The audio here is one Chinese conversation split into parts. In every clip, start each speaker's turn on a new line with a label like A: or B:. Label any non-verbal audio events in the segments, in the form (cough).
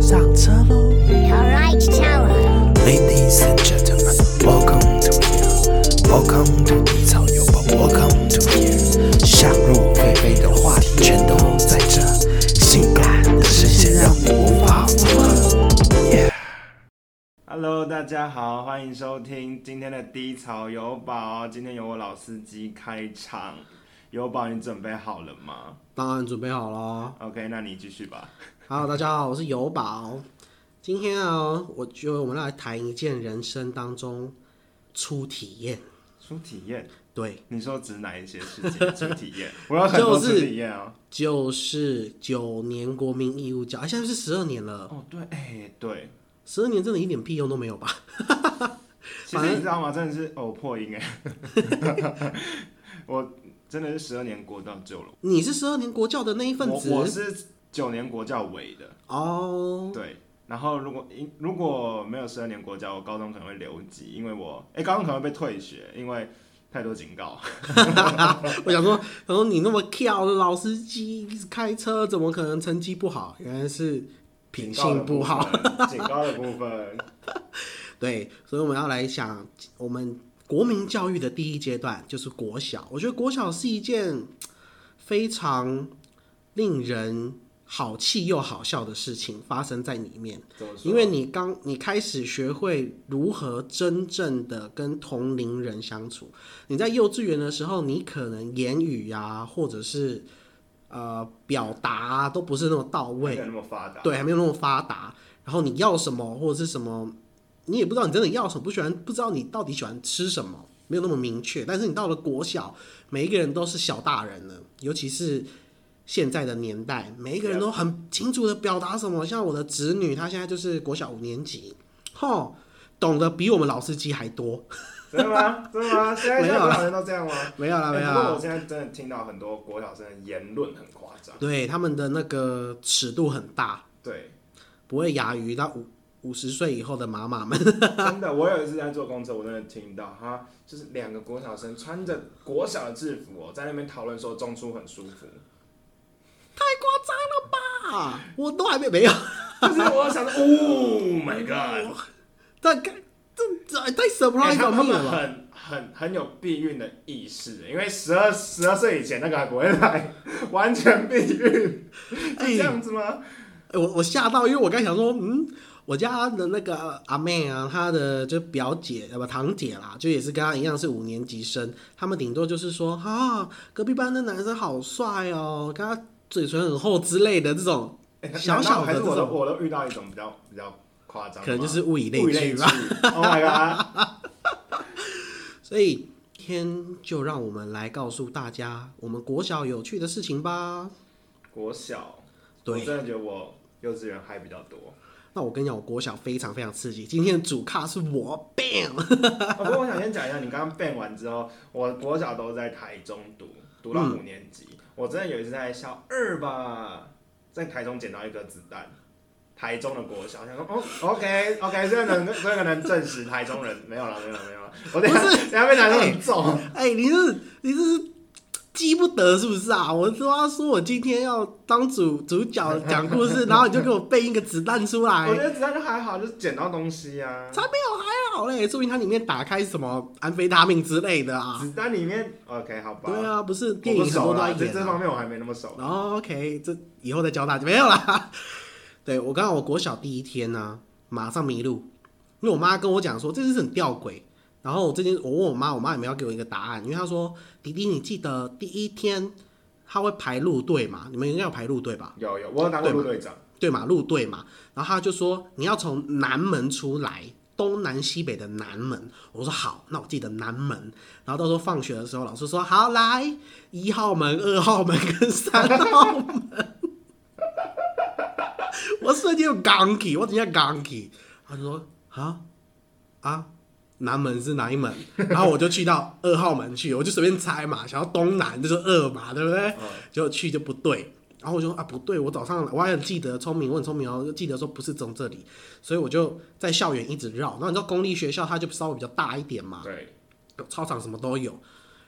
A: 上车喽
B: Alright, Tower.
A: ，Ladies and gentlemen, welcome to here, welcome to 低潮有宝，welcome to here。想入非非的话题全都在这，性感的声线让你无法负荷。Yeah
C: Hello，大家好，欢迎收听今天的低潮有宝。今天由我老司机开场，有宝，你准备好了吗
D: 当然准备好了。
C: ？OK，那你继续吧。
D: Hello，大家好，我是尤宝。今天啊，我觉得我们来谈一件人生当中初体验。
C: 初体验，
D: 对，
C: 你说指哪一些事
D: (laughs)
C: 情？初体验，我有很多初体验哦。
D: 就是九年国民义务教，哎，现在是十二年了，
C: 哦，对，哎、对，
D: 十二年真的一点屁用都没有吧？
C: 其实你知道吗？真的是哦，破音哎，
D: (laughs)
C: 我真的是十二年国教救了
D: 你是十二年国教的那一
C: 我，
D: 份
C: 我
D: 子
C: 我是九年国教委的，
D: 哦。 (laughs)
C: 对，然后如果因如果没有十二年国教，我高中可能会留级，因为我哎、高中可能会被退学，因为太多警告。
D: 我想说，想说你那么跳的老司机一直开车，怎么可能成绩不好？原来是 (laughs) 品性不好。
C: (laughs) 警告的部分，
D: 对，所以我们要来想我们国民教育的第一阶段就是国小。我觉得国小是一件非常令人好气又好笑的事情发生在里面，
C: 怎么说
D: 因为你刚你开始学会如何真正的跟同龄人相处。你在幼稚园的时候，你可能言语啊，或者是呃表达、啊、都不是那么到位
C: 没有，那么发达，
D: 对，还没有那么发达。然后你要什么或者是什么，你也不知道你真的要什么，不喜欢不知道你到底喜欢吃什么，没有那么明确。但是你到了国小，每一个人都是小大人了，尤其是现在的年代，每一个人都
C: 啊
D: 很清楚的表达什么。像我的侄女，她现在就是国小五年级，吼，懂得比我们老司机还多。
C: 真的吗？真的
D: (laughs)
C: 吗？现在现
D: 没有
C: 在
D: 啦
C: 好像都这样吗？
D: 没有啦，没有啊
C: 哎不过我
D: 啦，
C: 现在真的听到很多国小生的言论很夸张，
D: 对他们的那个尺度很大，
C: 对，
D: 不会亚于那五五十岁以后的妈妈们。
C: 真的，我有一次在坐公车，我真的听到哈，就是两个国小生穿着国小的制服哦，在那边讨论说中出很舒服，
D: 太夸张了吧！我都还没没有， (laughs)
C: 就是我想说，Oh (laughs) my god！
D: 大概这这太
C: 哎
D: surprise
C: 他
D: 了
C: 们
D: 吧？
C: 很很很有避孕的意识，欸因为十二十二岁以前那个还不会来，完全避孕，是这
D: 哎
C: 样子吗？
D: 哎我我吓到，因为我刚想说，嗯，我家的那个呃阿妹啊，她的就表姐呃不堂姐啦，就也是跟她一样是五年级生，他们顶多就是说啊，隔壁班的男生好帅哦，跟他嘴唇很厚之类的这种，
C: 哎
D: 小小的
C: 还是我
D: 这
C: 都
D: 种
C: 我都遇到一种比较比较夸张的吧，
D: 可能就是物以类
C: 物以
D: 聚
C: 类聚
D: 吧。
C: ，Oh my
D: (laughs)
C: god！
D: 所以今天就让我们来告诉大家我们国小有趣的事情吧。
C: 国小，我
D: 对
C: 真的觉得我幼稚园嗨比较多。
D: 那我跟你讲，我国小非常非常刺激。今天的主咖是我，bang！
C: (laughs) 哦、不过我想先讲一下，你刚刚变完之后，我国小都在台中读，读到
D: 嗯
C: 五年级。我真的有一次在小二吧，在台中捡到一颗子弹，台中的国小，想说哦，OK OK，这个能这个能证实台中人没有了，没有了，没有了。我等一下等一下被台中人揍。
D: (laughs) 哎、你这你这是记不得是不是啊？我说要说我今天要当主主角讲故事，然后你就给我背一个子弹
C: (laughs)
D: 出
C: 我觉
D: 来，
C: 得子弹就还好，就是捡到东西啊。
D: 才没有还好嘞，说明它里面打开什么安非他命之类的啊。
C: 子弹里面 OK 好吧。
D: 对啊，不是电
C: 我不
D: 影很
C: 熟
D: 多都在
C: 啦，这
D: 演、
C: 这
D: 啊
C: 方。面我还没那么熟。
D: 哦，OK，这以后再教大家没有啦。对我刚刚我国小第一天呢、马上迷路，因为我妈跟我讲说这件事很吊诡。然后我这件我问我妈，我妈也没有给我一个答案，因为她说迪迪，你记得第一天她会排路队嘛？你们应该有排路队吧？
C: 有有，我有当过陆队长。
D: 对嘛，路队嘛。然后她就说你要从南门出来。东南西北的南门，我说好，那我记得南门。然后到时候放学的时候，老师说好来，一号门、二号门跟三号门。我瞬间有钢体，我直接钢体。他就说啊啊，南门是哪一门？然后我就去到二号门去，我就随便猜嘛，想要东南就是二嘛，对不对？结果去就不对。然后我就说啊，不对，我早上我还很记得聪明，我很聪明哦，就记得说不是从这里，所以我就在校园一直绕。然后你知道公立学校它就稍微比较大一点嘛，
C: 对，
D: 操场什么都有。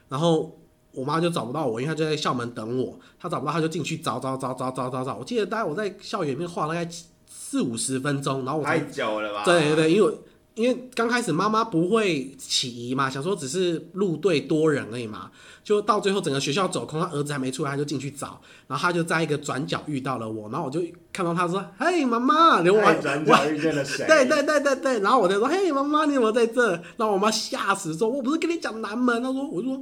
D: 然后我妈就找不到我，因为她就在校门等我。她找不到，她就进去找找找找找找找。我记得大概我在校园里面画了大概四五十分钟，然后我才
C: 太久了吧？
D: 对对对，因为我因为刚开始妈妈不会起疑嘛，想说只是路队多人而已嘛，就到最后整个学校走空，他儿子还没出来，他就进去找，然后他就在一个转角遇到了我，然后我就看到他说：“嘿，妈妈！”然后我
C: 太
D: 还
C: 转
D: 我
C: 角
D: 还
C: 遇见了谁？
D: 对对对对对，然后我就说：“嘿，妈妈，你有没有在这？”然后我妈吓死说：“我不是跟你讲南门。”她说：“我说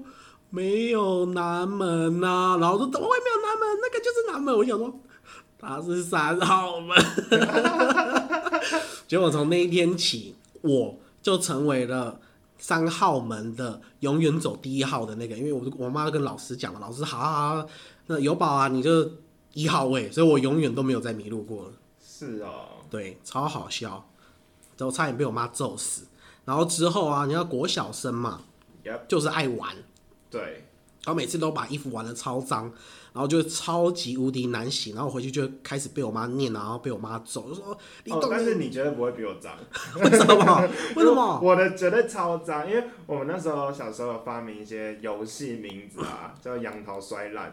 D: 没有南门呐、然后我说：“怎么会没有南门？那个就是南门。”我想说他是三号门。结果从那一天起，我就成为了。三号门的永远走第一号的那个，因为我我妈跟老师讲嘛，老师好好好，那有宝啊，你就一号位，所以我永远都没有再迷路过了。
C: 是哦，
D: 对，超好笑，然后差点被我妈揍死。然后之后啊，你要国小生嘛，
C: Yep
D: 就是爱玩，
C: 对，
D: 然后每次都把衣服玩的超脏，然后就超级无敌难洗，然后我回去就开始被我妈念，啊然后被我妈揍，就说你
C: 哦
D: 懂、，
C: 但是你绝对不会比我脏，
D: 为什么？ (laughs) 为什么？
C: 我的绝对超脏，因为我们那时候小时候有发明一些游戏名字啊，叫杨桃摔烂，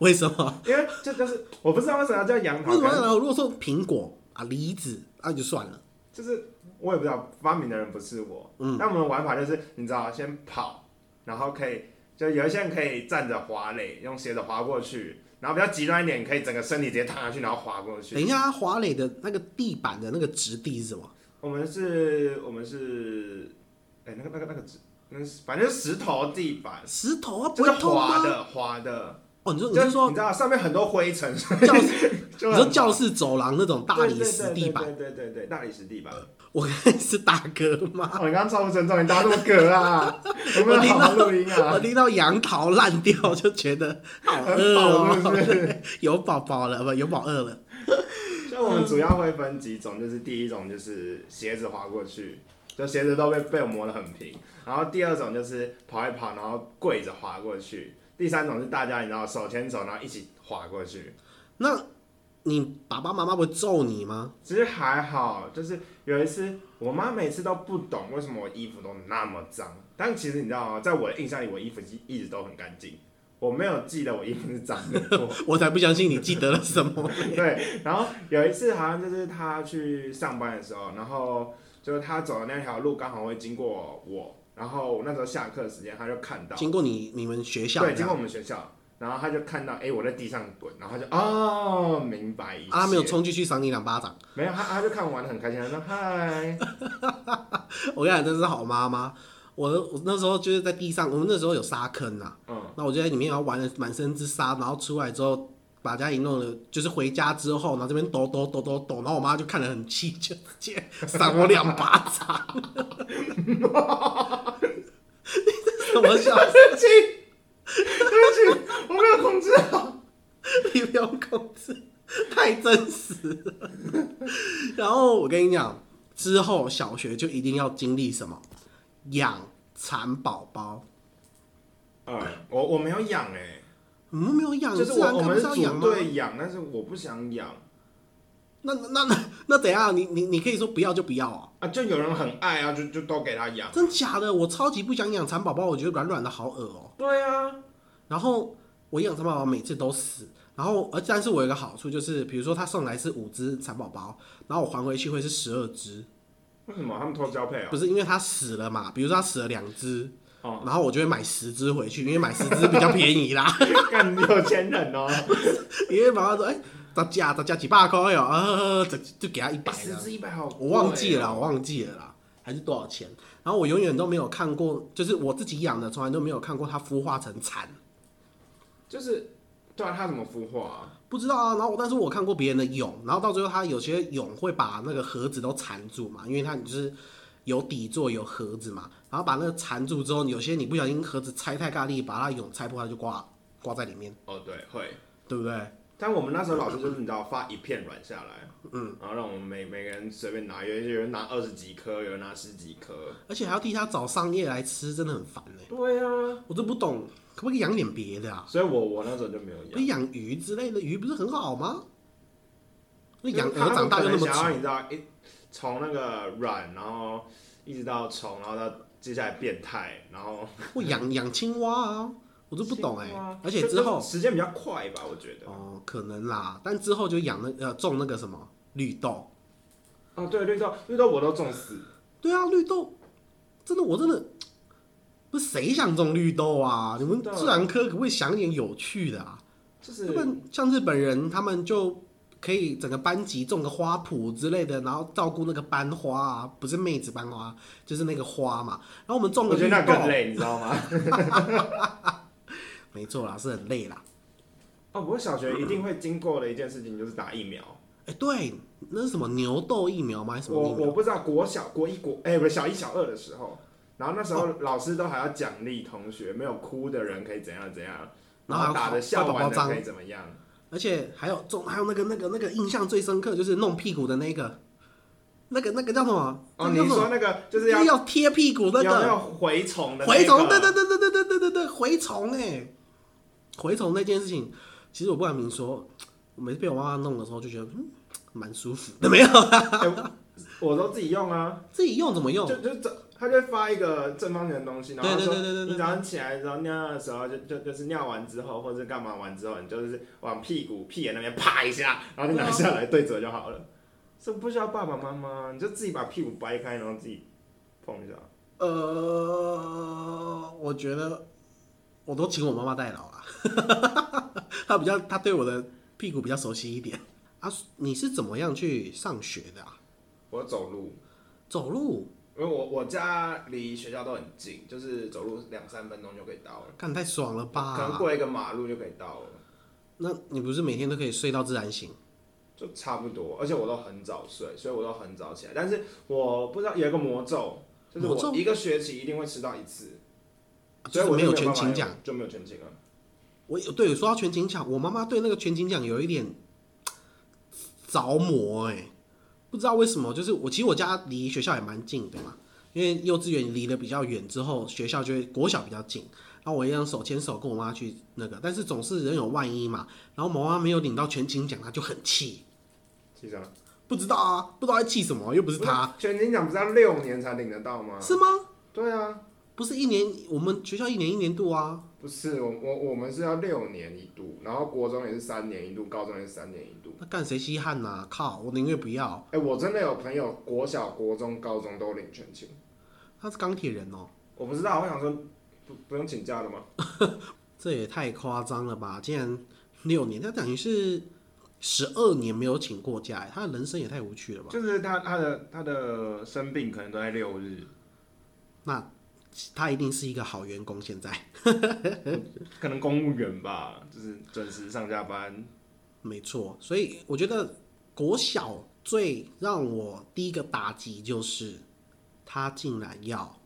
D: 为什么？
C: 因为这就是我不知道为什么要叫杨
D: 为
C: 桃
D: 什么要
C: 跟，
D: 拿？如果说苹果啊、梨子啊，就算了。
C: 就是我也不知道发明的人不是我，
D: 嗯
C: 那我们的玩法就是你知道先跑，然后可以就有一些人可以站着滑垒，用鞋子滑过去，然后比较极端一点，可以整个身体直接躺下去然后滑过
D: 等一
C: 去。
D: 下，华磊的那个地板的那个质地是什么？
C: 我们是，我们是，哎、那个那个那个纸，那是反正是石头地板，
D: 石头啊，不
C: 就是
D: 会痛
C: 滑
D: 吗？
C: 的滑的，
D: 哦，你说你
C: 就是
D: 说
C: 你知道上面很多灰尘，所以
D: 教
C: 就
D: 你
C: 很
D: 说教室走廊那种大
C: 对
D: 理石地板，
C: 对对对对对，大理石地板。
D: 我是大哥吗？
C: 啊哦，你刚刚超不尊重，你打这么嗝 (laughs) 啊？有没有好好录
D: (laughs)
C: 音
D: 我
C: 啊？
D: 听到杨桃烂掉就觉得好饿
C: 很饱是不
D: 哦， (laughs) 有饱饱了不？有饱饿了。
C: 就我们主要会分几种，就是第一种就是鞋子滑过去，就鞋子都被被我磨得很平。然后第二种就是跑一跑，然后跪着滑过去。第三种是大家你知道手牵手，然后一起滑过去。
D: 那你爸爸妈妈不会揍你吗？
C: 其实还好，就是有一次，我妈每次都不懂为什么我衣服都那么脏，但其实你知道吗？在我的印象里，我衣服一一直都很干净，我没有记得我衣服是脏的过。
D: 我才不相信你记得了什么。
C: (laughs) 对，然后有一次好像就是她去上班的时候，然后就是她走的那条路刚好会经过我，然后我那时候下课时间，她就看到，
D: (laughs) 经过你你们学校
C: 对，
D: 这
C: 经过
D: 样，
C: 我们学校，然后她就看到，哎、我在地上滚，然后她就哦，明白一切。
D: 啊，他没有，冲进去赏你两巴掌。
C: 没有，她她就看我玩的很开心，她说嗨。
D: (laughs) 我跟你讲，真是好妈妈。我我那时候就是在地上，我们那时候有沙坑啊，
C: 嗯，
D: 那我就在里面然后玩的满身是沙，然后出来之后把家里弄了，就是回家之后，然后这边抖抖抖抖抖，然后我妈就看得很气，就直接扇我两巴掌。 (laughs) 你这什么笑？
C: 生气，对不起，我没有控制好。
D: 你不用控制，太真实了。然后我跟你讲，之后小学就一定要经历什么养蚕宝宝。
C: 嗯，我我没有养哎、
D: 你们没有养，
C: 就是
D: 啊自然
C: 我我
D: 课
C: 们
D: 不啊
C: 是
D: 是要养
C: 组
D: 吗？
C: 队养，但是我不想养
D: 那那那那等一下，你你你可以说不要就不要哦、
C: 啊，就有人很爱啊，就就都给他养。
D: 真假的？我超级不想养蚕宝宝，我觉得软软的好恶哦、
C: 对啊，
D: 然后我养蚕宝宝每次都死，然后而但是我有一个好处就是，比如说他送来是五只蚕宝宝，然后我还回去会是十二只，
C: 为什么他们偷交配啊
D: 不？是因为他死了嘛？比如说他死了两只，
C: 哦
D: 然后我就会买十只回去，因为买十只比较便宜啦。
C: 干你有钱人哦，
D: 因为妈妈说，哎、大家大家几百块哦，啊，就就给他一
C: (laughs)
D: 百
C: 十
D: 了。
C: 只一百好、欸
D: 我忘记了啦，我。忘记了啦，还是多少钱？然后我永远都没有看过，就是我自己养的，从来都没有看过它孵化成蚕，
C: 就是，对啊，它怎么孵化、啊？
D: 不知道啊。然后我但是我看过别人的蛹，然后到最后它有些蛹会把那个盒子都缠住嘛，因为它就是有底座有盒子嘛，然后把那个缠住之后，有些你不小心盒子拆太大力，把它蛹拆破，它就挂挂在里面，
C: 哦，对，会。
D: 对不对？
C: 但我们那时候老师就是你知道发一片软下来，嗯，然后让我们每每个人随便拿，有有人拿二十几颗，有人拿十几颗。
D: 而且还要替它找桑叶来吃，真的很烦呢、
C: 对啊，
D: 我都不懂，可不可以养点别的啊？
C: 所以我我那时候就没有养
D: 可。以养鱼之类的，鱼不是很好吗？那养
C: 他
D: 鹅
C: 们
D: 长大
C: 可
D: 就那
C: 能
D: 么
C: 想要你
D: 丑，
C: 知道，一从那个软，然后一直到虫，然后到接下来变态，然后
D: 或养养青蛙啊，我就不懂哎、
C: 青蛙
D: 而且
C: 就
D: 之后
C: 啊
D: 哦
C: 就是时间比较快吧，我觉得。
D: 哦，可能啦，但之后就养那呃种那个什么绿豆。
C: 哦，对，绿豆，绿豆我都种死。
D: 对啊，绿豆，真的，我真的不是谁想种绿豆啊？你们
C: 真的
D: 自然科可不可以想一点有趣的啊？
C: 就是
D: 他们像日本人，他们就可以整个班级种个花圃之类的，然后照顾那个班花啊，不是妹子班花，就是那个花嘛。然后我们种
C: 我
D: 个
C: 觉得
D: 绿
C: 那更
D: 豆，
C: 累，你知道吗？
D: 没错啦，是很累啦。
C: (laughs) 哦，不过小学一定会经过的一件事情就是打疫苗。
D: 哎、对，那是什么牛痘疫苗吗？还是什么
C: 我
D: 疫苗
C: 我？不知道国小国一国哎、不是小一小二的时候，然后那时候老师都还要奖励同学，没有哭的人可以怎样怎样，
D: 然
C: 然后
D: 后还有
C: 打的笑
D: 画宝
C: 完
D: 宝
C: 的
D: 章
C: 可以怎么样？
D: 而且还有中，还有那个那个那个印象最深刻就是弄屁股的那个，那个那个叫什么？
C: 哦，
D: 那个
C: 你
D: 叫什
C: 说
D: 么
C: 那个就是
D: 就
C: 要
D: 是要贴屁股那
C: 有没有
D: 个
C: 蛔虫的那个
D: 蛔虫，对对对对对对对对对蛔虫哎，蛔虫那件事情，其实我不敢明说，我每次被我妈妈弄的时候就觉得嗯蛮舒服的，没有
C: (laughs) 哎我都自己用啊，
D: 自己用怎么用
C: 就？就这，他就会发一个正方形的东西，然后他
D: 对对
C: 说
D: 对对对对
C: 你早上起来然后尿尿的时候，就就就是尿完之后，或者是干嘛完之后，你就是往屁股屁眼那边啪一下，然后就拿下
D: 哦
C: 来对折就好了，这不需要爸爸妈妈，你就自己把屁股掰开，然后自己碰一下。
D: 呃，我觉得我都请我妈妈代劳啊， (laughs) 她比较她对我的屁股比较熟悉一点啊。你是怎么样去上学的啊？
C: 我走路，
D: 走路，
C: 因为我我家离学校都很近，就是走路两三分钟就可以到了，
D: 干太爽了
C: 可能
D: 吧？
C: 过一个马路就可以到了，
D: 那你不是每天都可以睡到自然醒？
C: 就差不多。而且我都很早睡，所以我都很早起来。但是我不知道有一个魔咒，就是
D: 魔咒
C: 我一个学期一定会迟到一次，所
D: 就
C: 以
D: 是
C: 我
D: 没
C: 就
D: 有
C: 没
D: 全
C: 办法
D: 勤奖。
C: 用就没有全勤了。
D: 我有对说到全勤奖，我妈妈对那个全勤奖有一点着魔哎、不知道为什么。就是我其实我家离学校也蛮近的嘛，因为幼稚园离得比较远，之后学校就会国小比较近。然后我一样手牵手跟我妈去那个，但是总是人有万一嘛。然后我妈妈没有领到全勤奖，她就很气，
C: 其实啊
D: 不知道啊，不知道在气什么，又不是她，
C: 全勤奖不是要六年才领得到吗？
D: 是吗？
C: 对啊，
D: 不是一年，我们学校一年一年度啊，
C: 不是我我我们是要六年一度，然后国中也是三年一度，高中也是三年一度。
D: 那干谁稀罕呐、靠，我宁愿不要。
C: 哎、我真的有朋友国小、国中、高中都领全勤。
D: 他是钢铁人哦、
C: 我不知道，我想说不不用请假了吗？
D: 这也太夸张了吧！竟然六年，他等于是十二年没有请过假，他的人生也太无趣了吧？
C: 就是他他的他的生病可能都在六日，
D: 那他一定是一个好员工。现在 (laughs)
C: 可能公务员吧，就是准时上下班。
D: 没错，所以我觉得国小最让我第一个打击就是，他竟然要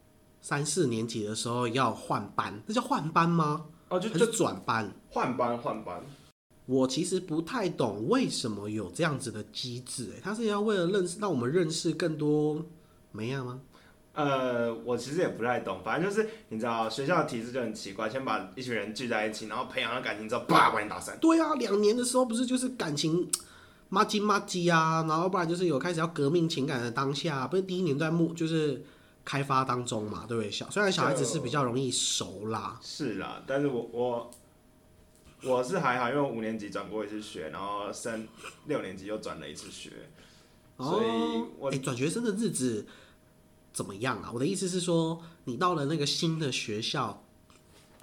D: 三四年级的时候要换班，这叫换班吗？
C: 哦，就
D: 还
C: 就是
D: 转班？
C: 换班换班，
D: 我其实不太懂为什么有这样子的机制、欸，他是要为了认识让我们认识更多梅亚吗？
C: 呃，我其实也不太懂，反正就是你知道学校的体制就很奇怪，先把一群人聚在一起，然后培养了感情之后，叭把你打散。
D: 对啊，两年的时候不是就是感情妈唧妈唧啊，然后不然就是有开始要革命情感的当下，不是第一年在目就是开发当中嘛，对不对？小虽然小孩子是比较容易熟啦，
C: 是啦，但是我我我是还好，因为我五年级转过一次学，然后升六年级又转了一次学，所以
D: 哦，
C: 我
D: 哎转学生的日子怎么样啊？我的意思是说，你到了那个新的学校，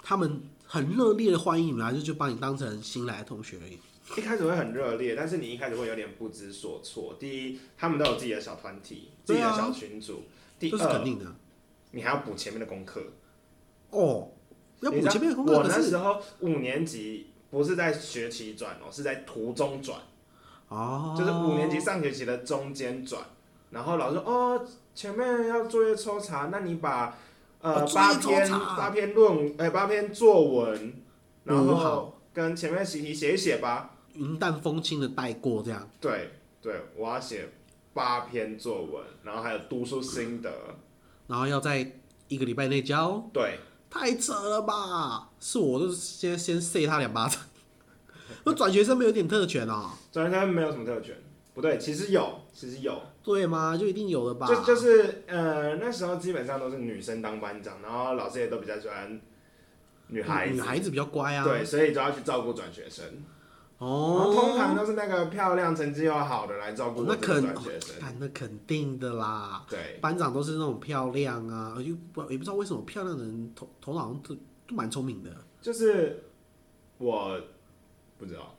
D: 他们很热烈的欢迎你，还是就把你当成新来的同学而已？
C: 一开始会很热烈，但是你一开始会有点不知所措。第一，他们都有自己的小团体，自己
D: 对啊
C: 的小群组；第
D: 这是肯
C: 二，
D: 定的
C: 你还要补前面的功课。
D: 哦。要补
C: 你知道
D: 前面的功课，
C: 我
D: 可
C: 那
D: 是
C: 时候五年级不是在学期转哦，是在途中转，
D: 哦，
C: 就是五年级上学期的中间转。然后老师说：“哦，前面要作业抽查，那你把呃
D: 哦作业
C: 八
D: 抽
C: 篇
D: 查
C: 八篇论文，哎八篇作文，然
D: 哦
C: 后
D: 好
C: 跟前面习题写一写吧。”
D: 云淡风轻的带过这样。
C: 对对，我要写八篇作文，然后还有读书心得。
D: 然后要在一个礼拜内交，
C: 对，
D: 太扯了吧！是我都先先塞他两巴掌。 (laughs) 那转学生没有点特权哦？
C: 转学生没有什么特权，不对，其实有，其实有，
D: 对吗？就一定有的吧？
C: 就就是呃那时候基本上都是女生当班长，然后老师也都比较喜欢女孩
D: 女
C: 子，
D: 孩子比较乖啊。
C: 对，所以就要去照顾转学生。然后
D: 哦，
C: 通常都是那个漂亮、成绩又好的来照顾
D: 那哦
C: 我这个
D: 肯
C: 转学生。
D: 干那肯定的啦。
C: 对，
D: 班长都是那种漂亮啊，就不也不知道为什么漂亮的人头头脑好像都都蛮聪明的。
C: 就是我不知道，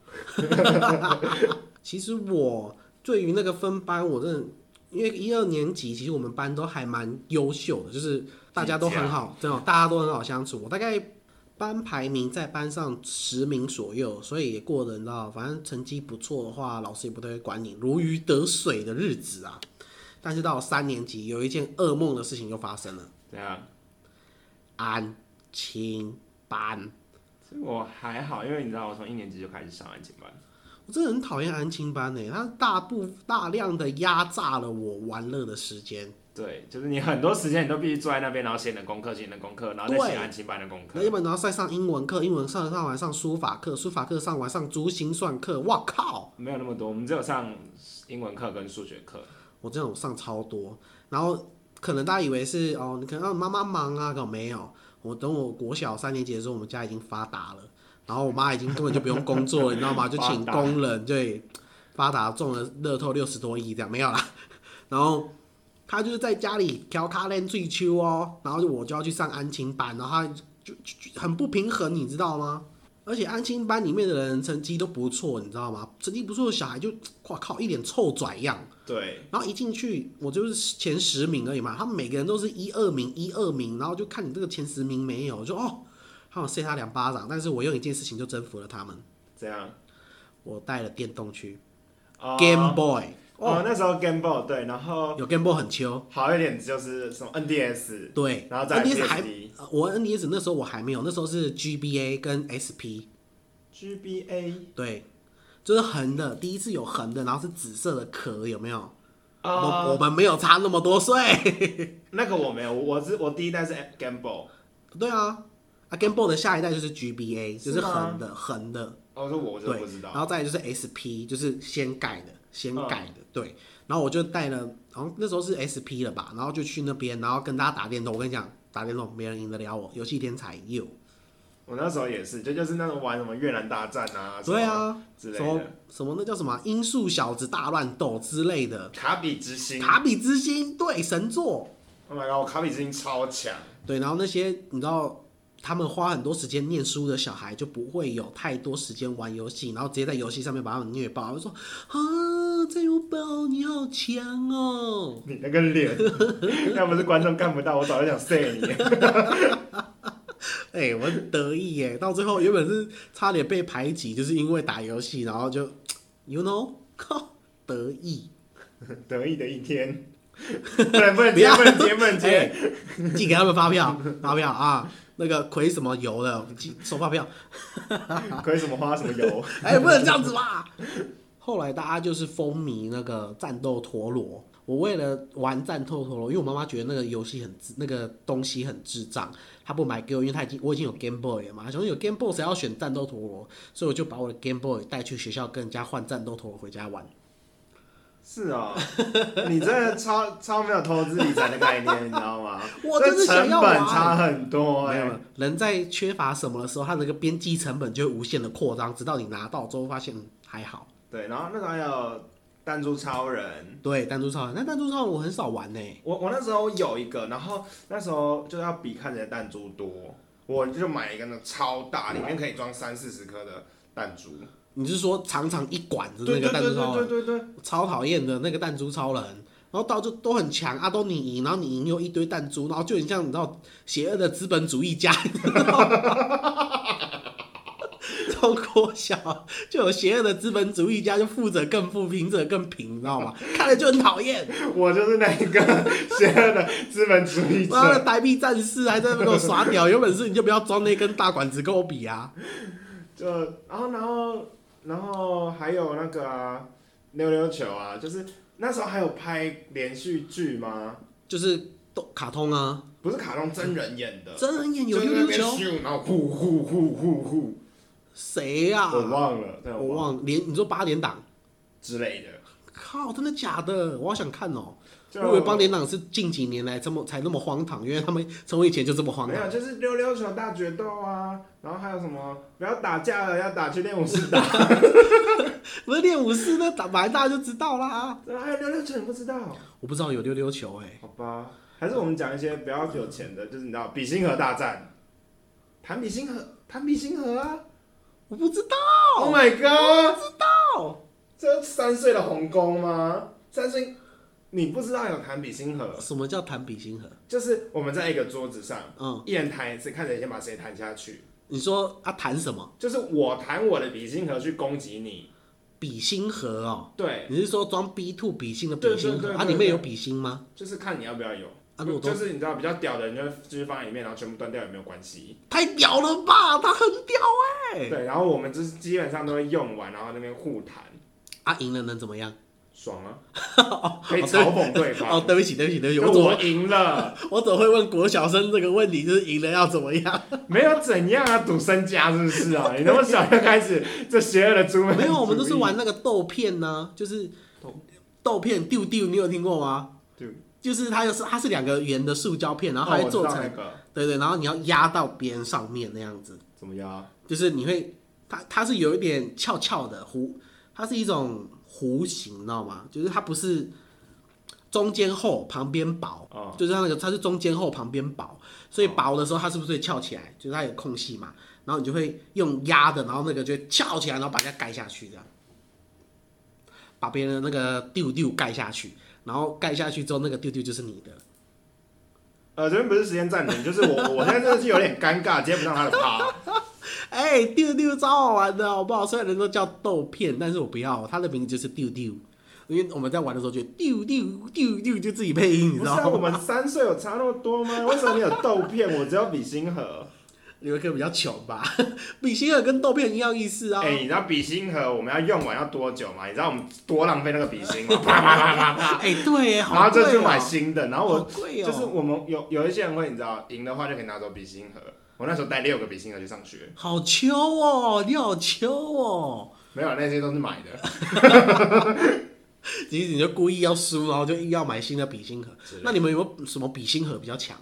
D: 其实我对于那个分班，我真的因为一二年级，其实我们班都还蛮优秀的，就是大家都很好，真的大家都很好相处。我大概班排名在班上十名左右，所以也过得你知道，反正成绩不错的话，老师也不太会管你，如鱼得水的日子啊。但是到了三年级，有一件噩梦的事情就发生了，
C: 对啊，
D: 安亲班。
C: 所以我还好，因为你知道我从一年级就开始上安亲班，
D: 我真的很讨厌安亲班诶、他大部大量的压榨了我玩乐的时间。
C: 对，就是你很多时间你都必须坐在那边，然后写你的功课，写你的功课，然后再
D: 对
C: 写安亲班的功课
D: 那一。本然后再上英文课，英文上上完上书法课，书法课上完上珠心算课，哇靠！
C: 没有那么多，我们只有上英文课跟数学课。
D: 我这种上超多，然后可能大家以为是哦，你可能啊妈妈忙啊，可没有。我等我国小三年级的时候，我们家已经发达了，然后我妈已经根本就不用工作了，你知道吗？就请
C: 发达
D: 工人，对，发达中了乐透六十多亿这样没有啦。然后她就是在家里调卡练最秋哦，然后就我就要去上安亲班，然后她就就就很不平衡，你知道吗？而且安亲班里面的人成绩都不错，你知道吗？成绩不错的小孩就，哇靠，一脸臭拽样。
C: 对，
D: 然后一进去，我就是前十名而已嘛，他们每个人都是一二名，一二名，然后就看你这个前十名没有，就哦，好想扇他两巴掌，但是我用一件事情就征服了他们，
C: 这样。
D: 我带了电动去、
C: 哦
D: Game Boy，
C: 哦，那时候 Game Boy 对，然后
D: 有 Game Boy 很秋，
C: 好一点就是什么 NDS，
D: 对，
C: 然后再来
D: NDS 还
C: PSD
D: 呃我 NDS 那时候我还没有，那时候是 GBA 跟 SP，
C: GBA
D: 对，就是横的，第一次有横的，然后是紫色的壳，有没有？我我
C: 啊，
D: 们没有差那么多岁， (laughs)
C: 那个我没有，我是我第一代是 Game Boy，
D: 对啊。啊，Game Boy 的下一代就是 GBA，就是
C: 是吗
D: 横的，横的，
C: 哦，这我真的
D: 对
C: 不知，
D: 然
C: 道。嗯
D: 后再来就是 SP，就是先盖的，先盖的，对。然后我就带了，好像那时候是 SP 了吧，然后就去那边，然后跟大家打电动。我跟你讲，打电动没人赢得了我，游戏天才有。
C: 我那时候也是，就就是那种玩什么越南大战啊，
D: 对，啊，
C: 之类
D: 什么
C: 的，
D: 什么那叫什么啊音速小子大乱斗之类的，
C: 卡比之星
D: 卡比之心，对，神作，
C: ，Oh my god，我卡比之星超强，
D: 对。然后那些你知道。他们花很多时间念书的小孩就不会有太多时间玩游戏，然后直接在游戏上面把他们虐爆。我就说啊，这有宝你好强哦！
C: 你那个脸，要不是观众看不到，我早就想射你。
D: 哎、我很得意耶！到最后原本是差点被排挤，就是因为打游戏，然后就，you know，靠， (laughs) 得意。
C: (laughs) 得意的一天，不能不能
D: 不
C: 接
D: 要
C: 不能接不能
D: 哎
C: 接，
D: 寄给他们发票，发票啊，那个葵什么油的，寄收发票。
C: 可以什么花什么油，
D: 哎、不能这样子吧。 (laughs) 后来大家就是风靡那个战斗陀螺。我为了玩战斗陀螺，因为我妈妈觉得那个游戏很智那个东西很智障，她不买给我，因为她已经我已经有 Game Boy 了嘛，她想说有 Game Boy 谁要选战斗陀螺，所以我就把我的 Game Boy 带去学校跟人家换战斗陀螺回家玩。
C: 是哦，你真的超超没有投资理财的概念，你知道吗？
D: 我就
C: 这
D: 是想
C: 成
D: 要
C: 本
D: 玩
C: 差很多
D: 没有没
C: 哎
D: 有，，人在缺乏什么的时候，他那个边际成本就会无限的扩张，直到你拿到之后发现嗯还好。
C: 对，然后那时候还有弹珠超人，
D: 对，弹珠超人，那弹珠超人我很少玩呢、
C: 我我那时候有一个，然后那时候就要比看谁的弹珠多，我就买一个那种超大，里面可以装三四十颗的弹珠，
D: 你是说长长一管的那
C: 对
D: 个
C: 对
D: 弹
C: 对
D: 珠超
C: 对
D: 人？
C: 对对，
D: 超讨厌的那个弹珠超人，然后到就都很强啊，都你赢，然后你赢又一堆弹珠，然后就很像你知道邪恶的资本主义家， (laughs) 你知道吗中国小就有邪恶的资本主义家，就富者更富，贫者更贫，你知道吗？看了就很讨厌。
C: 我就是那一个邪恶的资本主义
D: 妈的
C: 者。
D: 白币战士还在那边给我耍屌，有本事你就不要装那根大管子跟我比啊！
C: 就然后然后然后还有那个啊，溜溜球啊，就是那时候还有拍连续剧吗？
D: 就是都卡通啊，
C: 不是卡通真人演的，
D: 真人演有
C: 就
D: 溜
C: 是那
D: 溜
C: 边
D: 球，
C: 咻，然后呼呼呼呼呼，
D: 谁呀、啊
C: 我忘了，对，
D: 我
C: 了
D: 忘了连你说八点档
C: 之类的。
D: 靠，真的假的？我好想看哦、
E: 就
D: 我以为帮年党是近几年来这么才那么荒唐，因为他们从以前就这么荒
E: 没
D: 唐
E: 有，。就是溜溜球大决斗啊，然后还有什么不要打架了，要打去练武室
D: (laughs)
E: 打。
D: 不是练武士那打白大家就知道啦。
E: 然后啊还有溜溜球，你不知道？
D: 我不知道有溜溜球哎、
E: 好吧，还是我们讲一些比较有钱的，就是你知道比心河大战，谈比心河，谈比心河啊
D: 我不知道。
E: ！Oh my god，
D: 知道
E: 这三岁的鸿沟吗？三岁，你不知道有谈比心河，
D: 什么叫弹比心河？
E: 就是我们在一个桌子上，
D: 嗯，
E: 一人弹一次，看谁先把谁弹下去。
D: 你说啊弹什么？
E: 就是我弹我的比心河去攻击你，
D: 比心河哦，
E: 对，
D: 你是说装 B two 比心的比心
E: 对对
D: 河
E: 对
D: 啊？
E: 对
D: 里面有比心吗？
E: 就是看你要不要有。
D: 啊如果都
E: 就是你知道比较屌的人就会就是放在里面，然后全部端掉也没有关系。
D: 太屌了吧，他很屌哎、
E: 对，然后我们就是基本上都会用完，然后那边互弹，
D: 啊赢了能怎么样？
E: 爽
D: (laughs)
E: 啊！可以嘲讽对方。
D: 哦哦，对不起对不起对不起，
E: 就
D: 我怎
E: 我
D: 么
E: 赢了，
D: 我怎么会问国小生这个问题？就是赢了要怎么样？
E: 没有怎样啊，赌身家是不是啊？你那么小就开始这邪恶的猪们，
D: (laughs) 没有，我们都是玩那个豆片呢、就是
E: 豆
D: 豆片丢丢，你有听过吗？
E: 对，
D: 就是它就是它是两个圆的塑胶片，然后它
E: 哦
D: 会
E: 我知道
D: 做成
E: 那个
D: 对对，然后你要压到边上面那样子，
E: 怎么样啊？
D: 就是你会，它它是有一点翘翘的弧，它是一种弧形，你知道吗？就是它不是中间厚旁边薄，
E: 哦
D: 就是它那个它是中间厚旁边薄，所以
E: 哦
D: 薄的时候它是不是会翘起来？就是它有空隙嘛，然后你就会用压的，然后那个就会翘起来，然后把人家盖下去，这样，把别人的那个丢丢盖下去，然后盖下去之后，那个丢丢就是你的。
E: 呃，这边不是时间暂停，就是我我现在真的是有点尴尬，接不上他的趴。
D: 哎、丢丢超好玩的，好不好？虽然人都叫豆片，但是我不要，它的名字就是丢丢。因为我们在玩的时候就丢丢丢丢就自己配音，你
E: 不
D: 知
E: 是啊，
D: 道
E: 我
D: 吗？
E: 们三岁有差那么多吗？为什么你有豆片，我只有比心河？
D: 你们可能比较穷吧，比心尔跟豆片一样意思啊。
E: 哎、你知道比心盒我们要用完要多久吗？你知道我们多浪费那个比心吗？啪啪啪啪啪，
D: 哎、对耶，
E: (laughs) 然
D: 好
E: 后
D: 贵
E: 这就
D: 哦、
E: 买新的，然后
D: 好
E: 我
D: 贵哦、
E: 就是我们有有一些人会，你知道赢的话就可以拿走比心盒。我那时候带六个比心盒去上学，
D: 好秋哦、你好秋哦、
E: 没有那些都是买的。
D: 其实你就故意要输，然后就硬要买新的比心盒
E: 是的。
D: 那你们有没有什么比心盒比较强？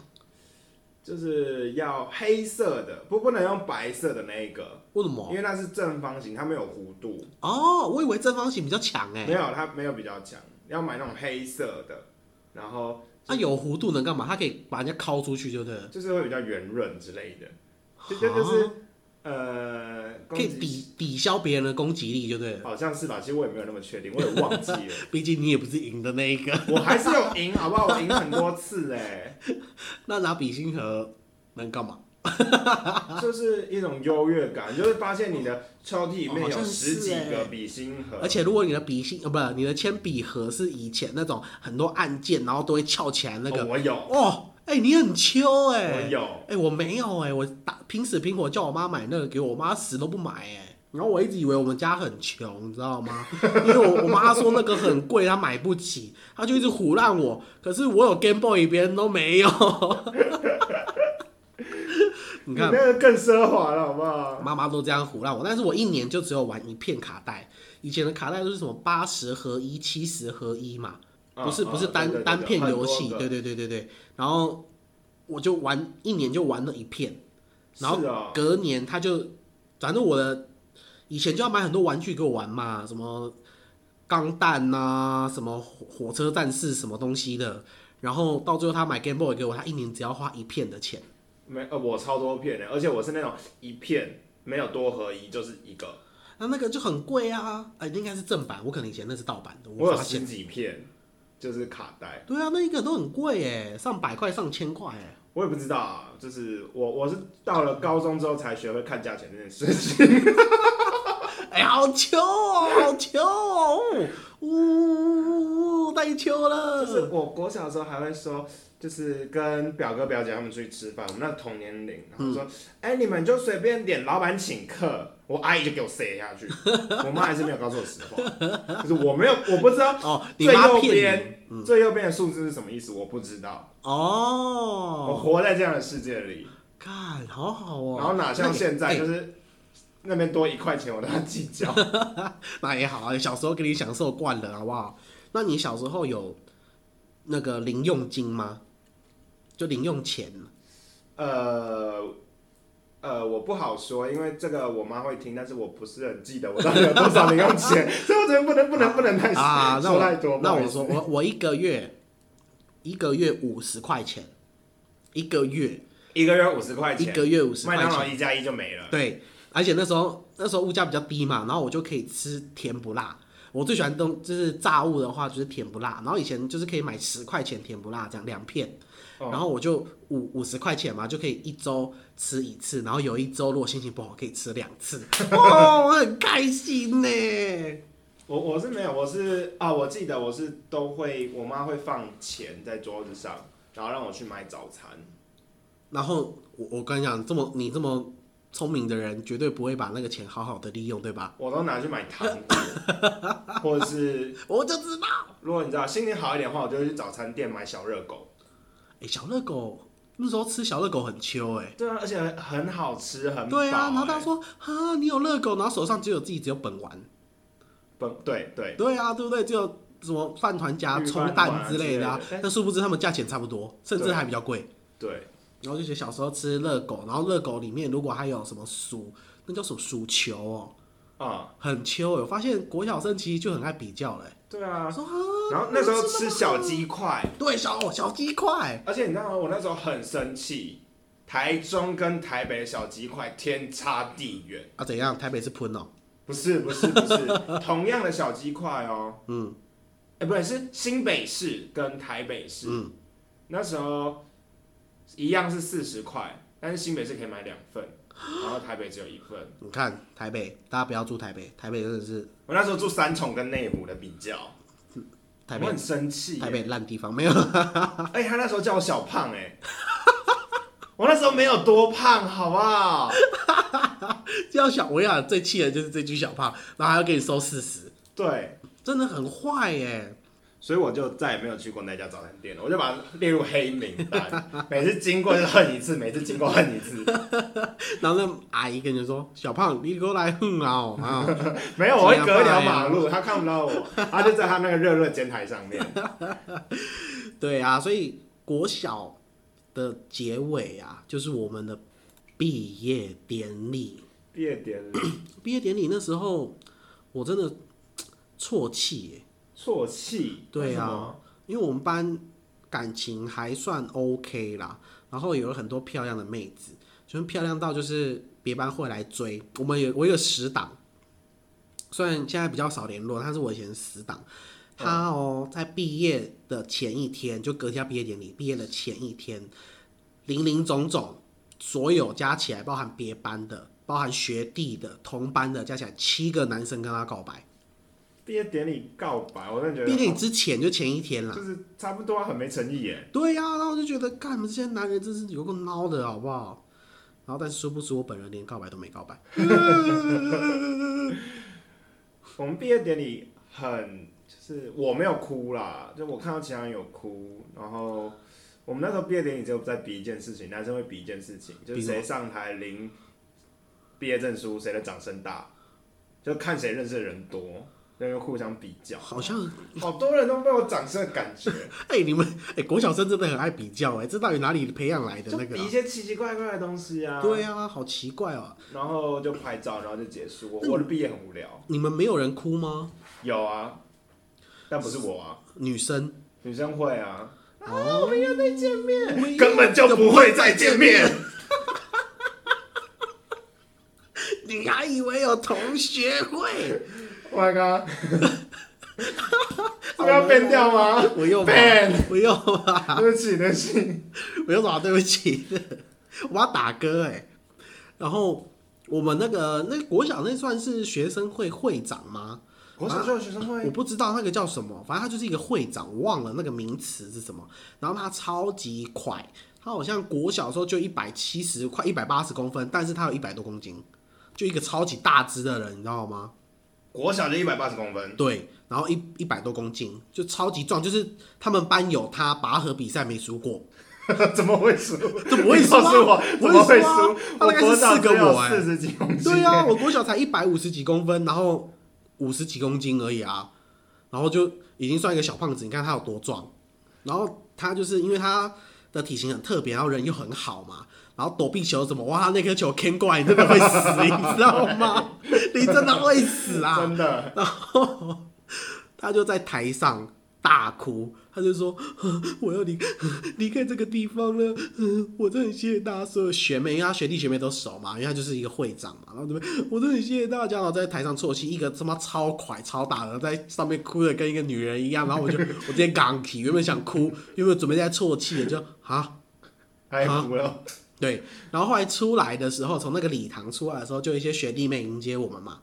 E: 就是要黑色的，不不能用白色的那一个，
D: 为什
E: 因
D: 么？
E: 为那是正方形，它没有弧度，
D: 哦，我以为正方形比较强哎、
E: 没有它没有比较强，要买那种黑色的，然后
D: 它、有弧度能干嘛？它可以把人家敲出去，对不对？
E: 就是会比较圆润之类的，就就就是呃，
D: 啊可以
E: 攻击
D: 抵抵消别人的攻击力，就对了。
E: 好像是吧？其实我也没有那么确定，我也忘记了。 (laughs)
D: 毕竟你也不是赢的那一个， (laughs)
E: 我还是有赢，好不好？我赢很多次哎、
D: 那拿比心盒能干嘛？
E: 就是一种优越感，就是发现你的抽屉里面
D: 哦好像
E: 有
D: 是
E: 十几
D: 欸
E: 个笔芯盒，
D: 而且如果你的笔芯呃，不是你的铅笔盒是以前那种很多按键，然后都会翘起来那
E: 哦
D: 个，
E: 我有，
D: 哦，哎、你很秋哎、
E: 我有，
D: 哎、我没有哎、我打拼死拼活叫我妈买那个给我，我妈死都不买哎、然后我一直以为我们家很穷，你知道吗？因为我我妈说那个很贵，她买不起，她就一直唬烂我。可是我有 Game Boy，别人都没有。 (laughs) 你看
E: 你那个更奢华了，好不好？
D: 妈妈都这样唬烂我，但是我一年就只有玩一片卡带。以前的卡带都是什么八十合一、七十合一嘛，
E: 啊
D: 不是
E: 啊
D: 不是
E: 对
D: 单
E: 对对
D: 单片游戏，
E: 很多
D: 对
E: 个
D: 对对对对。然后我就玩一年就玩了一片，然后
E: 是哦
D: 隔年他就，反正我的以前就要买很多玩具给我玩嘛，什么钢弹呐，什么火火车战士什么东西的。然后到最后他买 Game Boy 给我，他一年只要花一片的钱。
E: 没呃，我超多片的，而且我是那种一片没有多合一，就是一个，
D: 那那个就很贵啊，哎、应该是正版，我可能以前那是盗版的，
E: 我有
D: 发
E: 十
D: 现。
E: 几片，就是卡带，
D: 对啊，那一个都很贵哎，上百块、上千块哎。
E: 我也不知道啊，就是我我是到了高中之后才学会看价钱这件事情，
D: 哎、好秋哦，好秋哦，呜呜呜，太秋了。
E: 就是我国小的时候还会说，就是跟表哥表姐他们出去吃饭，我们那同年龄，然后说，
D: 嗯
E: 哎、你们就随便点，老板请客，我阿姨就给我塞下去，我妈还是没有告诉我实话，就是我没有，我不知道
D: 哦，你
E: 最
D: 妈
E: 右
D: 骗你嗯
E: 边、最右边的数字是什么意思，我不知道，我
D: 哦，
E: 活在这样的世界里，
D: 看，好好哦。
E: 然后哪像现
D: 那
E: 在
D: 也
E: 就
D: 哎
E: 是。那边多一块钱，我都要计较。
D: 那也好啊，小时候跟你享受惯了，好不好？那你小时候有那个零用金吗？就零用钱嘛
E: 呃呃，我不好说，因为这个我妈会听，但是我不是很记得我到底有多少零用钱， (laughs) 所以我觉得不能不能不能太
D: 啊？那
E: 哎说太多
D: 我。那
E: 不好
D: 我
E: 意思
D: 说我我一个月一个月五十块钱，一个月
E: 一个月五十块
D: 一
E: 钱，
D: 个月五十块
E: 麦当劳
D: 钱，
E: 一加一就没了。
D: 对，而且那时候那时候物价比较低嘛，然后我就可以吃甜不辣。我最喜欢东就是炸物的话就是甜不辣，然后以前就是可以买十块钱甜不辣这样两片，
E: 哦
D: 然后我就五五十块钱嘛，就可以一周吃一次，然后有一周如果心情不好可以吃两次，哦，我很开心呢。
E: 我我是没有，我是啊，我记得我是都会，我妈会放钱在桌子上，然后让我去买早餐。
D: 然后我我跟你讲，这么你这么聪明的人，绝对不会把那个钱好好的利用，对吧？
E: 我都拿去买糖果，
D: (laughs)
E: 或者是
D: 我就知道，
E: 如果你知道心情好一点的话，我就会去早餐店买小热狗。
D: 哎、小热狗那时候吃小热狗很秋哎、
E: 对啊，而且很好吃，很饱、
D: 对啊，然后
E: 欸
D: 他说啊，你有热狗，然后手上只有自己只有本丸，
E: 本对对，
D: 对啊，对不对？只有什么饭团夹
E: 玉饭
D: 葱
E: 丸
D: 蛋
E: 啊
D: 之类的啊
E: 之类的，
D: 但殊不知他们价钱差不多，甚至
E: 对
D: 还比较贵。
E: 对，
D: 然后就觉得小时候吃热狗，然后热狗里面如果还有什么薯，那叫什么薯球哦，
E: 啊、
D: 很秋欸我发现国小生其实就很爱比较嘞、
E: 对啊
D: 我。说啊，
E: 然后那时候吃小鸡块，
D: 对小小鸡块，
E: 而且你知道吗？我那时候很生气，台中跟台北的小鸡块天差地远。
D: 啊怎样？台北是喷哦，
E: 不是不是不
D: (laughs)
E: 是，同样的小鸡块哦，嗯，哎、不是是新北市跟台北市，
D: 嗯
E: 那时候一样是四十块，但是新北市可以买两
D: (gasps)
E: 份，然后台北只有一份。
D: 你看台北，大家不要住台北，台北真的是
E: 我那时候住三重跟内湖的比较，
D: 台
E: 我
D: 北
E: 很生气耶、
D: 台北烂地方没有。
E: 哎、他那时候叫我小胖哎、 (laughs) 我那时候没有多胖，好不好？
D: 叫小我呀，最气的就是这句小胖，然后还要给你收四十，
E: 对，
D: 真的很坏耶！
E: 所以我就再也没有去过那家早餐店了，我就把它列入黑名单，每次经过就恨一次，每次经过恨一次。
D: (laughs) 然后那阿姨跟你说：“小胖，你给我来哼啊、哦！”啊， (laughs)
E: 没有，我会隔一条马路，他看不到我，他就在他那个热热煎台上面。
D: 对啊，所以国小的结尾啊，就是我们的毕业典礼。
E: 毕业典礼，
D: 毕业典礼那时候，我真的啜泣耶，
E: 啜泣。
D: 对啊
E: 为什么，
D: 因为我们班感情还算 OK 啦，然后有了很多漂亮的妹子，就是漂亮到就是别班会来追。我们有我有死党，虽然现在比较少联络，但是我以前的死党。他哦，在毕业的前一天，就隔天要毕业典礼，毕业的前一天，零零总总，所有加起来，包含别班的，包含学弟的，同班的，加起来七个男生跟他告白。
E: 毕业典礼告白，我真的觉
D: 毕业典礼
E: 得
D: 之前就前一天啦，
E: 就是差不多啊，很没诚意耶。
D: 对呀、然后我就觉得，干你们这些男人真是有够孬的，好不好？然后，但殊不知我本人连告白都没告白。
E: 我们毕业典礼很，就是我没有哭啦，就我看到其他人有哭，然后我们那时候毕业典礼只有在比一件事情，男生会比一件事情，就是
D: 比什么
E: 谁上台领毕业证书，谁的掌声大，就看谁认识的人多，那就互相比较。
D: 好像， (laughs)
E: 好多人都被我掌声的感觉，
D: 哎、你们，哎、国小生真的很爱比较、哎，这到底哪里培养来的
E: 就
D: 那个
E: 比
D: 啊、
E: 一些奇奇怪怪的东西啊。
D: 对，啊，好奇怪哦、
E: 然后就拍照，然后就结束。我我的毕业很无聊，
D: 你们没有人哭吗？
E: 有啊，但不是我啊，
D: 女生
E: 女生会啊，
D: 哦，我们要再见面，
E: 根本就不会再见面。
D: 你还以为有同学会？
E: 我的妈！ (laughs) 这个要变掉吗？
D: 我又吧
E: 变，
D: 我又吧， (laughs)
E: 对不起，对不起。
D: 我又找对不起，我要打歌哎、然后我们那个那国小那算是学生会会长吗？
E: 国小就有学生
D: 我
E: 会，
D: 不知道那个叫什么，反正他就是一个会长，我忘了那个名词是什么。然后他超级快，他好像国小的时候就一百七十快一百八十公分，但是他有一百多公斤，就一个超级大只的人，你知道吗？
E: 国小就一百八十公分，
D: 对，然后一一百多公斤，就超级壮，就是他们班有他拔河比赛没输过，
E: (laughs) 怎么会输？
D: 怎么会输啊
E: 你告诉我怎
D: 不
E: 么会输
D: 会输啊？他大
E: 我
D: 概是
E: 国小
D: 四个我哎
E: 四十几公斤。
D: 对啊，我国小才一百五十几公分，然后五十几公斤而已啊。然后就已经算一个小胖子，你看他有多壮。然后他就是因为他的体型很特别，然后人又很好嘛，然后躲避球什么，哇，那颗球 can 过来，你真的会死，你知道
C: (laughs)
D: 吗？你真的会死啊！
C: 真的，
D: 然后他就在台上大哭，他就说：“我要离离开这个地方了，我真的很谢谢大家所有学妹，因为他学弟学妹都熟嘛，因为他就是一个会长嘛。然后这边我真的很谢谢大家，然后哦在台上啜泣，一个他妈超快超大的在上面哭的跟一个女人一样，然后我就 (laughs) 我直接港体，原本想哭，原本准备在啜泣的，就啊。”
C: 太服了，
D: 对，然后后来出来的时候，从那个礼堂出来的时候，就有一些学弟妹迎接我们嘛。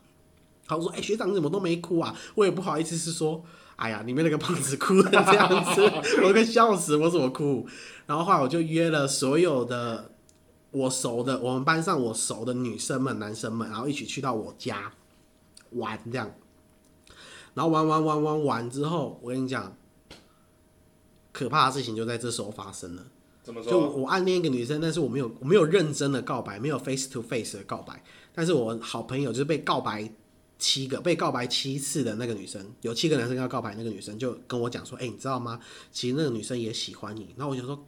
D: 他说：“哎、学长你怎么都没哭啊？”我也不好意思是说：“哎呀，里面那个胖子哭成这样子， (laughs) 我都快笑死，我怎么哭？”然后后来我就约了所有的我熟的，我们班上我熟的女生们、男生们，然后一起去到我家玩这样。然后玩玩玩玩玩之后，我跟你讲，可怕的事情就在这时候发生了。
C: 怎
E: 啊
C: 么
D: 就
C: 说？
D: 我暗恋一个女生，但是我没有我没有认真的告白，没有 face to face 的告白，但是我好朋友就是被告白七个，被告白七次的那个女生，有七个男生要告白，那个女生就跟我讲说，哎、你知道吗？其实那个女生也喜欢你。然后我想说，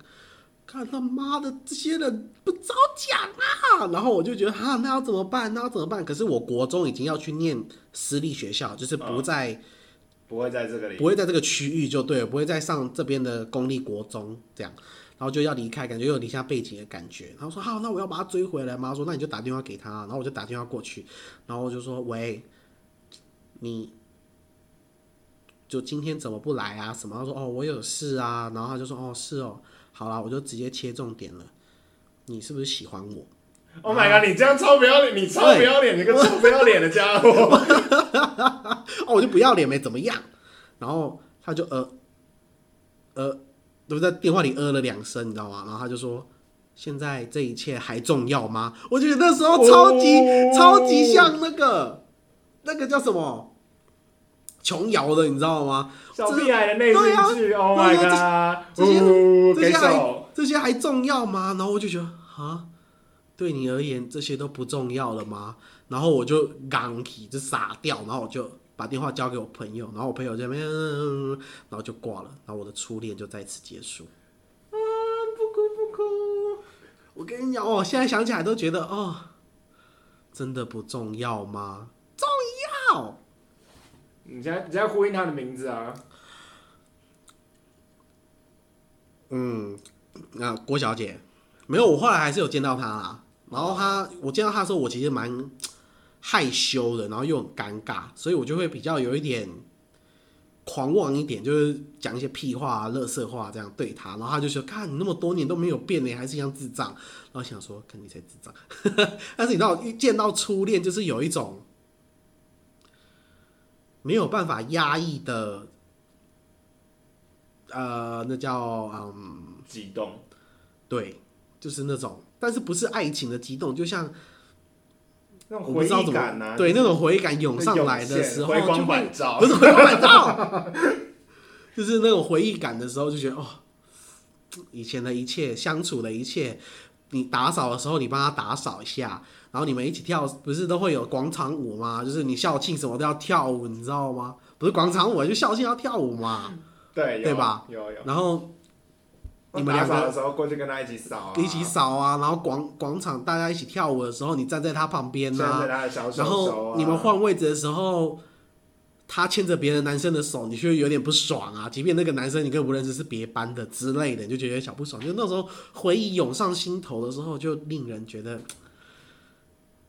D: 看他妈的这些人不早讲啊！然后我就觉得哈、那要怎么办？那要怎么办？可是我国中已经要去念私立学校，就是不在、
C: 不会在这个里
D: 不，会在这个区域就对了，不会再上这边的公立国中这样，然后就要离开，感觉又有离家背景的感觉。然后说好，那我要把他追回来嘛。他说那你就打电话给他，然后我就打电话过去，然后我就说喂，你就今天怎么不来啊？什么？他说哦，我有事啊。然后他就说哦，是哦，好啦，我就直接切重点了，你是不是喜欢我？
C: Oh my god！你这样超不要脸，你超不要
E: (laughs)
C: 脸，你个超不要脸的家伙！
D: 哦，我就不要脸没怎么样。然后他就呃呃，都在电话里呃了两声，你知道吗？然后他就说：“现在这一切还重要吗？”我觉得那时候超级、
C: 哦
D: 超级像那个那个叫什么琼瑶的，你知道吗？
C: 小屁孩的内心剧，Oh my
D: 对啊
C: god！
D: 这些、
C: 呜，
D: 这
C: 给
D: 些还
C: 手，
D: 这些还重要吗？然后我就觉得啊，对你而言这些都不重要了吗？然后我就刚起就傻掉，然后我就把电话交给我朋友，然后我朋友这边、嗯嗯嗯嗯然后就挂了，然后我的初恋就在此结束。
C: 啊不哭不哭。
D: 我跟你讲哦，现在想起来都觉得哦，真的不重要吗？重要。
C: 你现在你现在呼应他的名字啊！
D: 嗯，那、郭小姐没有，我后来还是有见到她啦。然后她，我见到她的时候，我其实蛮害羞的，然后又很尴尬，所以我就会比较有一点狂妄一点，就是讲一些屁话、啊、垃圾话这样对她。然后她就说：“看你那么多年都没有变呢，还是一样智障。”然后想说：“看你才智障。” (laughs) 但是你知道，一见到初恋，就是有一种没有办法压抑的，呃，那叫嗯。
C: 激动，
D: 对，就是那种，但是不是爱情的激动，就像
C: 那种
D: 我不
C: 回
D: 知道怎
C: 忆
D: 么，
C: 感啊，
D: 对那种回忆感涌上来
C: 那涌
D: 的
C: 现
D: 时候，
C: 回光
D: 就会
C: 返照
D: 不是回光返照， (laughs) 就是那种回忆感的时候，就觉得哦，以前的一切，相处的一切，你打扫的时候，你帮他打扫一下，然后你们一起跳，不是都会有广场舞吗？就是你校庆什么都要跳舞，你知道吗？不是广场舞，啊就校庆要跳舞嘛。
C: 对有
D: 对吧
C: 有有，
D: 然后你们
C: 打
D: 两个
C: 扫的时候过去跟他一起扫啊，
D: 一起扫啊，然后广广场大家一起跳舞的时候，你站在他旁边呐、
C: 牵着他的小手
D: 啊然
C: 手
D: 后
C: 啊，
D: 你们换位置的时候，他牵着别的男生的手，你就会有点不爽啊。即便那个男生你根本不认识，是别班的之类的，你就觉得小不爽。就那时候回忆涌上心头的时候，就令人觉得嗯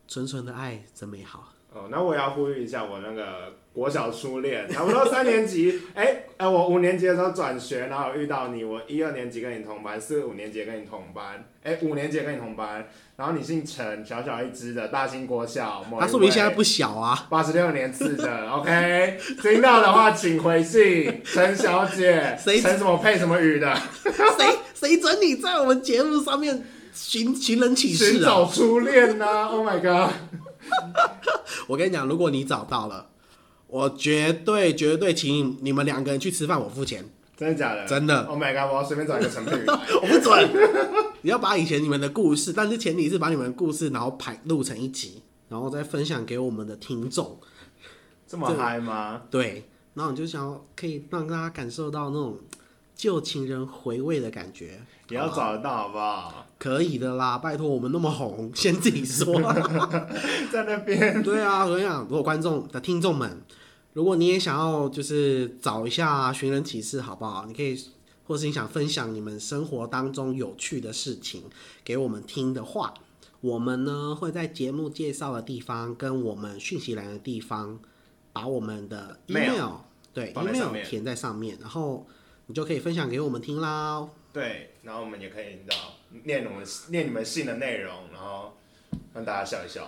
D: 纯纯的爱真美好。
C: 哦，那我也要呼吁一下我那个国小初恋，差不多三年级， (laughs) 哎、哎、我五年级的时候转学，然后遇到你，我一二年级跟你同班，四五年级跟你同班，哎、五年级跟你同班，然后你姓陈，小小一只的，大兴国小，某一
D: 他说明
C: 位
D: 现在不小啊，
C: 八十六年次的，OK，听 (laughs) 到的话请回信，陈小姐，
D: 谁
C: 陈什么配什么语的，
D: 谁谁准你在我们节目上面寻寻人启
C: 寻
D: 事啊？
C: 找初恋呐、o
E: 啊，Oh
C: h my god，
D: 我跟你讲，如果你找到了，我绝对绝对请你们两个人去吃饭，我付钱，
C: 真的假的？
D: 真的
C: ，Oh my god，我要随便找一个陈佩宇来，
D: (laughs) 我不准。你要把以前你们的故事，但是前提是把你们的故事，然后排录成一集，然后再分享给我们的听众。
C: 这么嗨吗？
D: 对，然后你就想要可以让大家感受到那种旧情人回味的感觉。
E: 也要找得到好不好？ (laughs)
D: 可以的啦，拜托我们那么红，先自己说。
E: 在那边
D: 对啊，我想，如果观众的听众们，如果你也想要就是找一下寻人启事，好不好？你可以，或是你想分享你们生活当中有趣的事情给我们听的话，我们呢会在节目介绍的地方跟我们讯息栏的地方，把我们的
E: Mail
D: email 对
E: 放在上
D: email
E: 面
D: 填在上面，然后你就可以分享给我们听啦。哦
E: 对，然后我们也可以你知道念我们念你们信的内容，然后让大家笑一笑。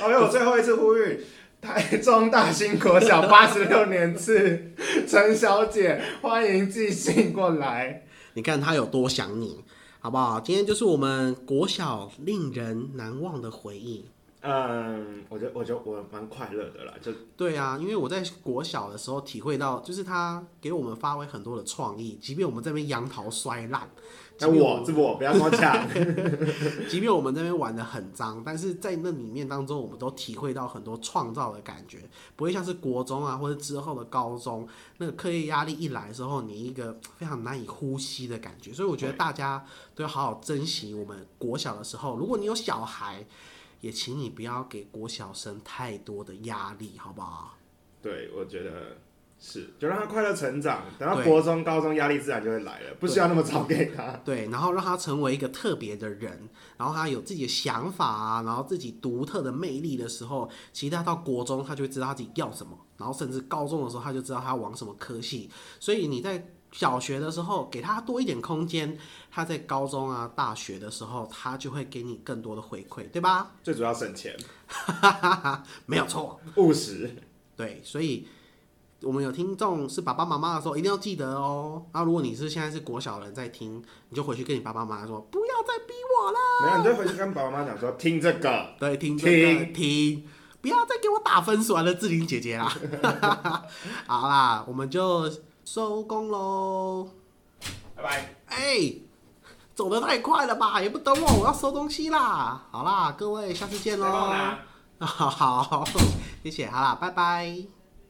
E: OK，我最后一次呼吁。台中大兴国小八十六年次， (laughs) 陈小姐，欢迎寄信过来。
D: 你看他有多想你，好不好？今天就是我们国小令人难忘的回忆。
E: 嗯，我觉得我觉得我蛮快乐的啦，就
D: 对啊，因为我在国小的时候体会到，就是他给我们发挥很多的创意，即便我们这边杨桃摔烂，即
E: 哎，
D: 便
E: 我这不我不要跟我抢。
D: 即便我们这边玩的很脏，但是在那里面当中，我们都体会到很多创造的感觉，不会像是国中啊或者之后的高中，那个课业压力一来之后，你一个非常难以呼吸的感觉。所以我觉得大家都要好好珍惜我们国小的时候。如果你有小孩，也请你不要给国小生太多的压力，好不好？
E: 对，我觉得是，就让他快乐成长，等到
D: 对
E: 国中、高中压力自然就会来了，不需要那么早给他。
D: 对，然后让他成为一个特别的人，然后他有自己的想法啊，然后自己独特的魅力的时候，其实他到国中他就会知道他自己要什么，然后甚至高中的时候他就知道他要往什么科系，所以你在。小学的时候给他多一点空间，他在高中啊、大学的时候，他就会给你更多的回馈，对吧？
E: 最主要省钱，
D: 没有错，
E: 务实。
D: 对，所以我们有听众是爸爸妈妈的时候，一定要记得哦。然后如果你是现在是国小人在听，你就回去跟你爸爸妈妈说，不要再逼我了。
E: 没有，你就回去跟爸爸妈妈讲说，听这个，
D: 对，听这个听，不要再给我打分数啊，那 (laughs) 志玲姐姐啦。好啦，我们就收工喽。
E: 拜拜。
D: 哎、走得太快了吧？也不等我，我要收东西啦。好啦，各位，下次见 (laughs)
E: 再帮我
D: 喽。
E: 拿
D: 好，谢谢，好啦，拜拜。